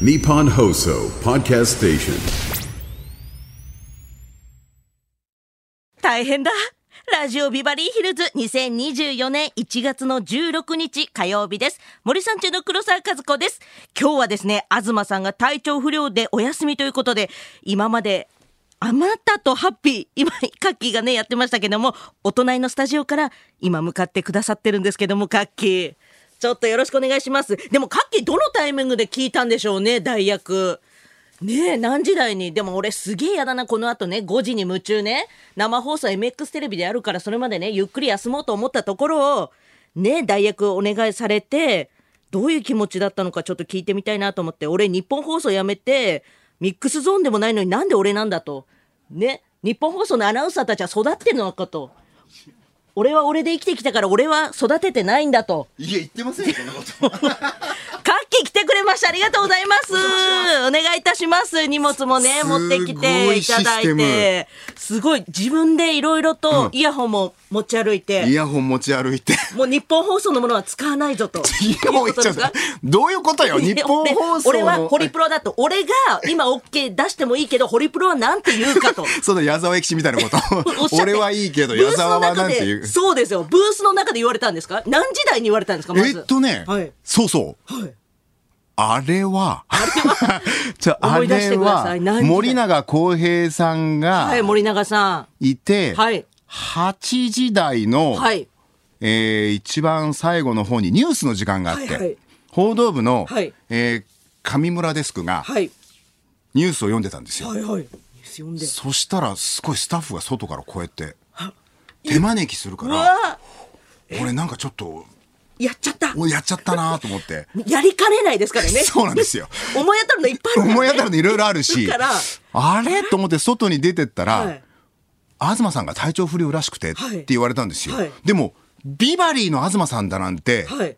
Nippon Hoso Podcast Station. 大変だラジオビバリーヒルズ2024年1月の16日火曜日です。森さん中の黒沢和子です。今日はですね、東さんが体調不良でお休みということで、今まであなたとハッピー、今、カッキーがね、やってましたけども、お隣のスタジオから今向かってくださってるんですけども、カッキー。ちょっとよろしくお願いします。でも、カッキーどのタイミングで聞いたんでしょうね、代役。ねえ、何時台に。でも俺すげえやだな、この後ね、5時に夢中ね。生放送 MX テレビでやるから、それまでね、ゆっくり休もうと思ったところを、ねえ、代役お願いされて、どういう気持ちだったのかちょっと聞いてみたいなと思って、俺日本放送やめて、ミックスゾーンでもないのになんで俺なんだと。ね、日本放送のアナウンサーたちは育ってんのかと。俺は俺で生きてきたから俺は育ててないんだと。いや、言ってませんよ、そんなこと。カッキー来てくれました。ありがとうございます。お願いいたします。荷物もね、す持ごってきいていただいて。すごい、自分でいろいろとイヤホンも持ち歩いイて、ヤホン持ち歩 いて。もう日本放送のものは使わないぞ と。イヤホンいう行っことちゃでうすか。どういうことよ、日本放送俺の。はホリプロだと。俺が今 OK 出してもいいけど、ホリプロはなんて言うか と。その矢沢駅士みたいなこと おっしゃっ。て俺はいいけど、ブー矢スの沢はな中んていうで、。そうですよ。ブースの中で言われたんですか何時代に言われたんですかまえず。っとねはい、そうそう。あれは、 じゃあ思い出しれてくださはい何時だ森永康平さんはい、が森永さいてん。、はい。 8時台の、はい。えー一番最後の方にニュースの時間があって、はいはい報道部の、はいえー上村デスクがはい。ニュースを読んでたんですよ。はいはい。ニュース読んで。そしたらすごいスタッフが外からこうやって手招きするかうらわ俺なんかちょっとやっちゃった俺やっちゃったなと思ってやりかねないですからね。そうなんですよ 思い当たるのいっぱいあるから、ね。思い当たるのいろいろあるしだからあれと思って外に出てったら、はい東さんが体調不良らしくてってはい言われたんですよ、はいでもビバリーの東さんだなんてはい。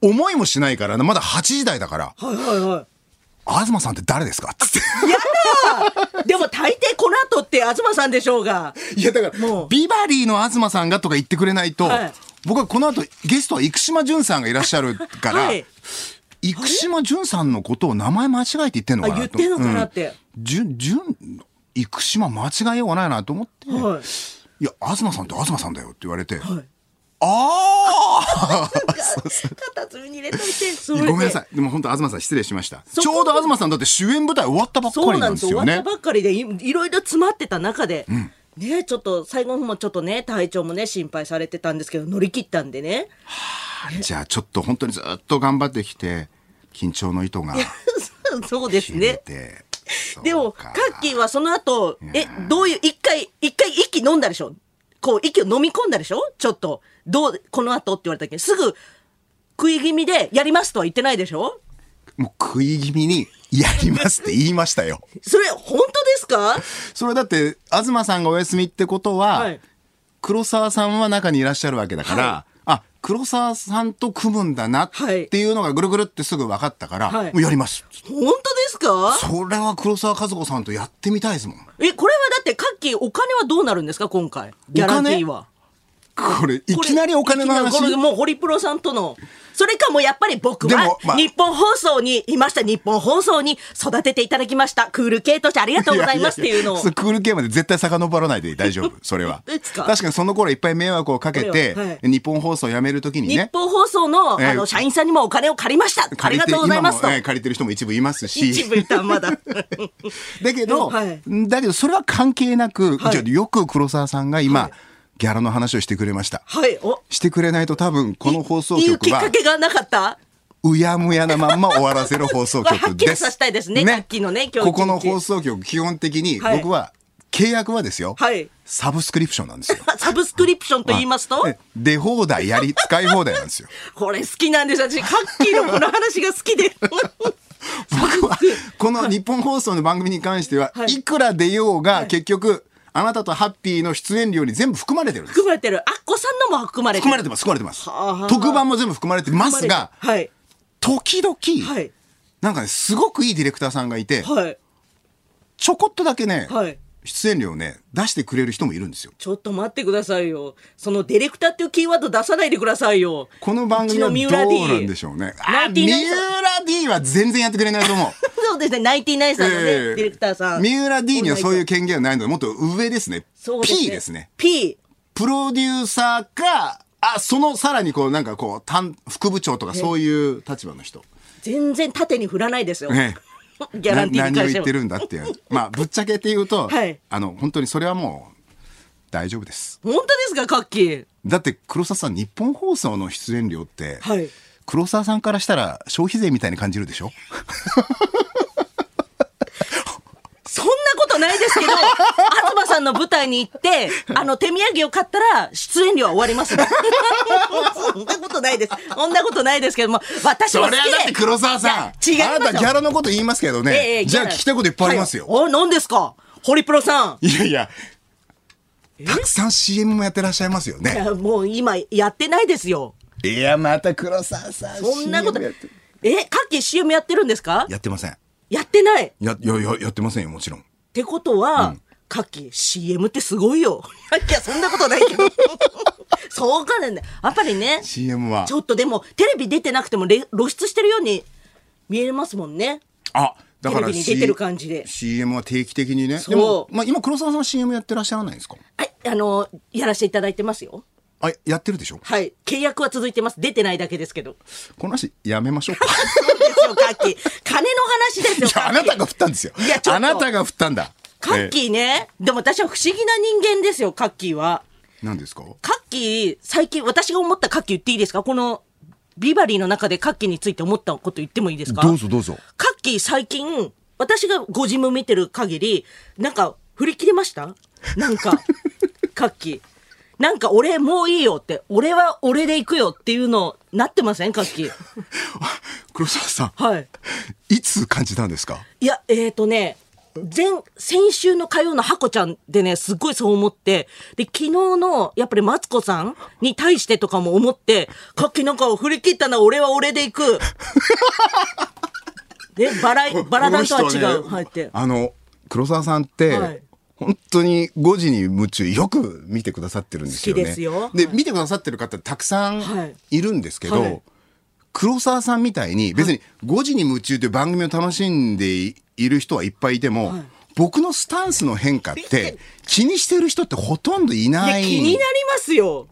思いもしないからまだ8時台だからはいはいは「東さんって誰ですか?」っつっ てい。やだーでも大抵この後って東さんでしょうが。いやだからもうビバリーの東さんがとか言ってくれないと、はい僕はこの後ゲストは生島淳さんがいらっしゃるから、はい生島淳さんのことを名前間違えて言ってんのかなとあ言ってんのかなってうん淳淳生島間違えようがないなと思って「、はいや東さんって東さんだよ」って言われて「はい。 ああ片隅に入れといて、それでごめんなさいでも本当東さん失礼しましたそこちょうど東さんだって主演舞台終わったばっそかうりななんんでですすよ。終よわったねばっかりでい、いろいろ詰まってた中で、ねちょっと最後の方もちょっとね、体調もね、心配されてたんですけど、乗り切ったんでね。じゃあちょっと本当にずっと頑張ってきて緊張の糸が そうです切れね。て、そうでも、カかッキーはその後、え、どういう、一回、一回息飲んだでしょこう、息を飲み込んだでしょちょっと、どう、この後って言われたっけすぐ、食い気味で、やりますとは言ってないでしょもう食い気味にやりますって言いましたよ。それ、本当ですかそれだって、東さんがお休みってことは、はい黒沢さんは中にいらっしゃるわけだから、はあ、黒沢さんと組むんだなっていうのがぐるぐるってすぐ分かったから、はいもうやります。本当ですかそれは黒沢和子さんとやってみたいですもん。え、これはだって、カッキー、お金はどうなるんですか今回。ギャランティーは。これ、いこれきなりお金のいき話なりこれもうホリプロさんとの。それかもうやっぱり僕ではもまあ日本放送にいました、日本放送に育てていただきました。クール系としてありがとうございますっていうのを。やややそクール系まで絶対遡らないで大丈夫、それは。 いつか確かにその頃いっぱい迷惑をかけこて、れははい日本放送を辞めるときにね日、本放送の,、えーあの社員さんにもお金を借りましたありりがてとうございますと今もえー借りてる人も一部いますし。一部いた まだだけど、はいだけどそれは関係なく、はいじゃあよく黒沢さんが今、ギャラの話をしてくれました。はいおしてくれないと多分この放送いいう局きっはかけがなかったうやむやなまんま終わらせる放送まあは局っきでりす。させたいですねさっきのね今日一日ここの放送局基本的にはい僕は契約はですよ、はいサブスクリプションなんで すよ。サブスクリプションと言いますと、え出放題やり使い放題なんです よ。これ好きなんです私カッキーのこの話が好きで 僕はこの日本放送の番組に関しては、はいい、くら出ようが結局あなたとハッピーの出演料に全部含まれてるんです。含まれてるあっこさんのも含まれて含るまれてます含まれてますはあ特番も全部含まれてますがはい時々、はいなんかねすごくいいディレクターさんがいて、はいちょこっとだけね、はい出演料をね出してくれる人もいるんですよちょっと待ってくださいよそのディレクターっていうキーワード出さないでくださいよこの番組はうちの三ど浦 D うなんでしょうねナあインティナイ三ンさん浦 D は全然やってくれないと思うそうですね、ナインティナインさんのね、ええディレクターさん。。三浦 D にはそういうう権限はないので、もっと上ですね。そう P ですね。。 P。プロデューサーか、あ、そのさらにこう、なんかこう、担副部長とかそういう立場の人。全然縦に振らないですよ。ええギャランティーなに何を関し言てっはて。るんだっ ていう。まあ、ぶっちゃけて言うと、はいあの、本当にそれはもう、大丈夫です。本当ですか、カッキー。だって、黒沢さん、日本放送の出演料って、はい黒沢さんからしたら消費税みたいに感じるでしょそんなことないですけど、 東さんの舞台に行って、あの、手土産を買ったら、出演料は終わりますね。 そんなことないです。そんなことないですけども、私もそ好きでれはだって黒沢さん。いや違いまあなすたよギャラのこと言いますけどね。ええじゃあギャラ聞きたいこといっぱいありますよ。はい、お、何ですかホリプロさん。い、やいや、たくさん CM もやってらっしゃいますよいね。やもう今やってないですよ。いや、また黒沢さん。そんなこと。 CM やえって、カッキー CM やってるんですかややってません。ってない。っや、や、ややってませんよ、もちろん。てことは、カッキー CM ってすごいよ。 いや、そんなことないけど。 そうかね。やっぱりね。 CM はち。ょっとでも、テレビ出てなくてもれ露出してるように見えますもんね。あ、だからテレビに出てる感じで CM は定期的にね。そうでも、まあ今黒沢さん CM やってらっしゃらないんですかはい、あの、やらせていただいてますよ。あ、やってるでしょはい、契約は続いてます。出てないだけですけど。この話やめま しょうか。そうですよ、カッキー。金の話ですいよ。や、あなたが振ったんですよいや。ちょっとあなたが振ったんだ。カッキーね。でも私は不思議な人間ですよ、カッキーは。え何ですか カッキー、最近、私が思ったカッキー言っていいですかこの、ビバリーの中でカッキーについて思ったこと言ってもいいですかどうぞどうぞ。カッキー最近、私がご自分見てる限り、なんか、振り切れましたなん か、カッキー。なんか俺もういいよって、俺は俺で行くよっていうの、なってませんカッキー。黒沢さん。はい。いつ感じたんですかいや、えーとね、前、先週の火曜のハコちゃんでね、すっごいそう思って、で、昨日の、やっぱりマツコさんに対してとかも思って、かっきなんか振り切ったな、俺は俺で行 く。で、バラ、バラダンとは違う。この人はねいって。あの黒沢さんって、はい本当に5時に夢中よく見てくださってるんですよね。好きですよではい見てくださってる方たくさはいんいるんですけど、はい黒沢さんみたいに別に5時に夢中という番組を楽しんでいる人はいっぱいいても、僕のスタンスの変化って気にしてる人ってほとんどいないい。や気になりますよ。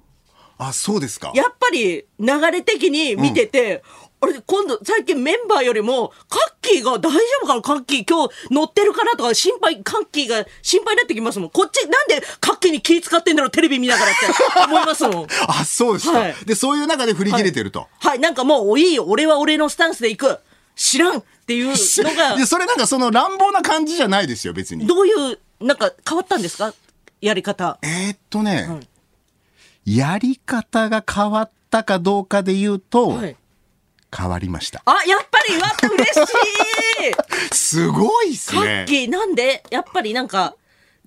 あそうですか。やっぱり流れ的に見てて、あれ今度最近メンバーよりもカッキーが大丈夫かなカッキー今日乗ってるかなとか心配カッキーが心配になってきますもんこっちなんでカッキーに気使ってんだろうテレビ見ながらって思いますもんあそうですか、はいでそういう中で振 り切れてると。はいなんかもういいよ俺は俺のスタンスで行く知らんっていうの いやがそれなんかその乱暴な感じじゃないですよ別に。どういうなんか変わったんですかやり方えーっとね、やり方が変わったかどうかで言うと、はい変わりました。あやっぱりわ嬉しいすごいっすカッね。キーなんでやっぱりなんか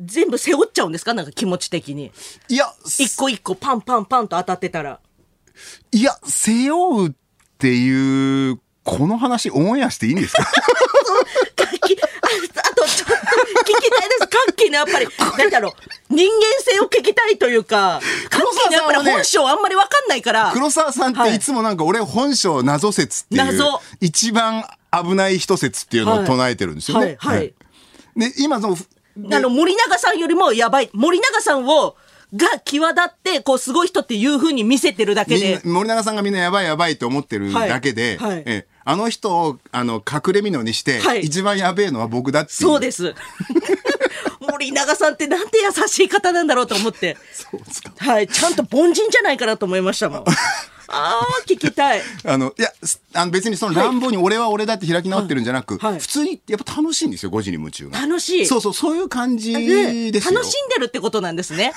全部背負っちゃうんですかなんか気持ち的にいや、一個一個パンパンパンと当たってたら。 いや、背負うっていう、この話オンエアしていいんです かカッキーああとちょっと聞きたいです。カッキーのやっぱり、なんだろう、人間性を聞きたいというか、カッキーのやっぱり黒沢さんはね本性あんまりわかんないから、黒沢さんっはていいつもなんか俺本性謎説っていう、謎一番危ない人説っていうのはをい唱えてるんですよね。はいはいで、今その、であの、森永さんよりもやばい。森永さんを、が際立って、こう、すごい人っていう風に見せてるだけで。みんな森永さんがみんなやばいやばいと思ってるだけで、はいはいええあの人をあの隠れ蓑にして、はい一番やべえのは僕だっていうそうです。 森永さんってなんて優しい方なんだろうと思って。そうですかはい。ちゃんと凡人じゃないかなと思いましたも ん。あー、聞きたい。あのいやすあの別にその乱暴に俺は俺だって開き直ってるんじゃなく、はいはい普通にやっぱ楽しいんですよ5時に夢中が楽しい。そうそうそういう感じねですよ楽しんでるってことなんです ね。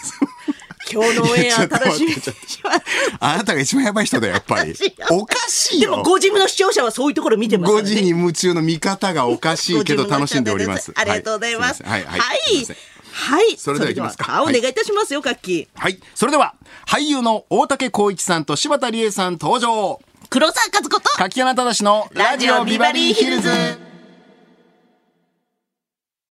今日のオンエア楽しみにします。あなたが一番やばい人だよやっぱり私よおかしいでよも、ご自分の視聴者はそういうところ見てますから5ね。時に夢中の見方がおかしいけご自ど分の楽視聴者しんでおりますありがとうございます。はいは。はいい、はいすいません。はいそれではいきますかそれではあおはい願いいたしますよ、楽器。はい。それでは、俳優の大竹光一さんと柴田理恵さん登場。黒沢和子と。柿穴正のラジオビバリーヒルズ。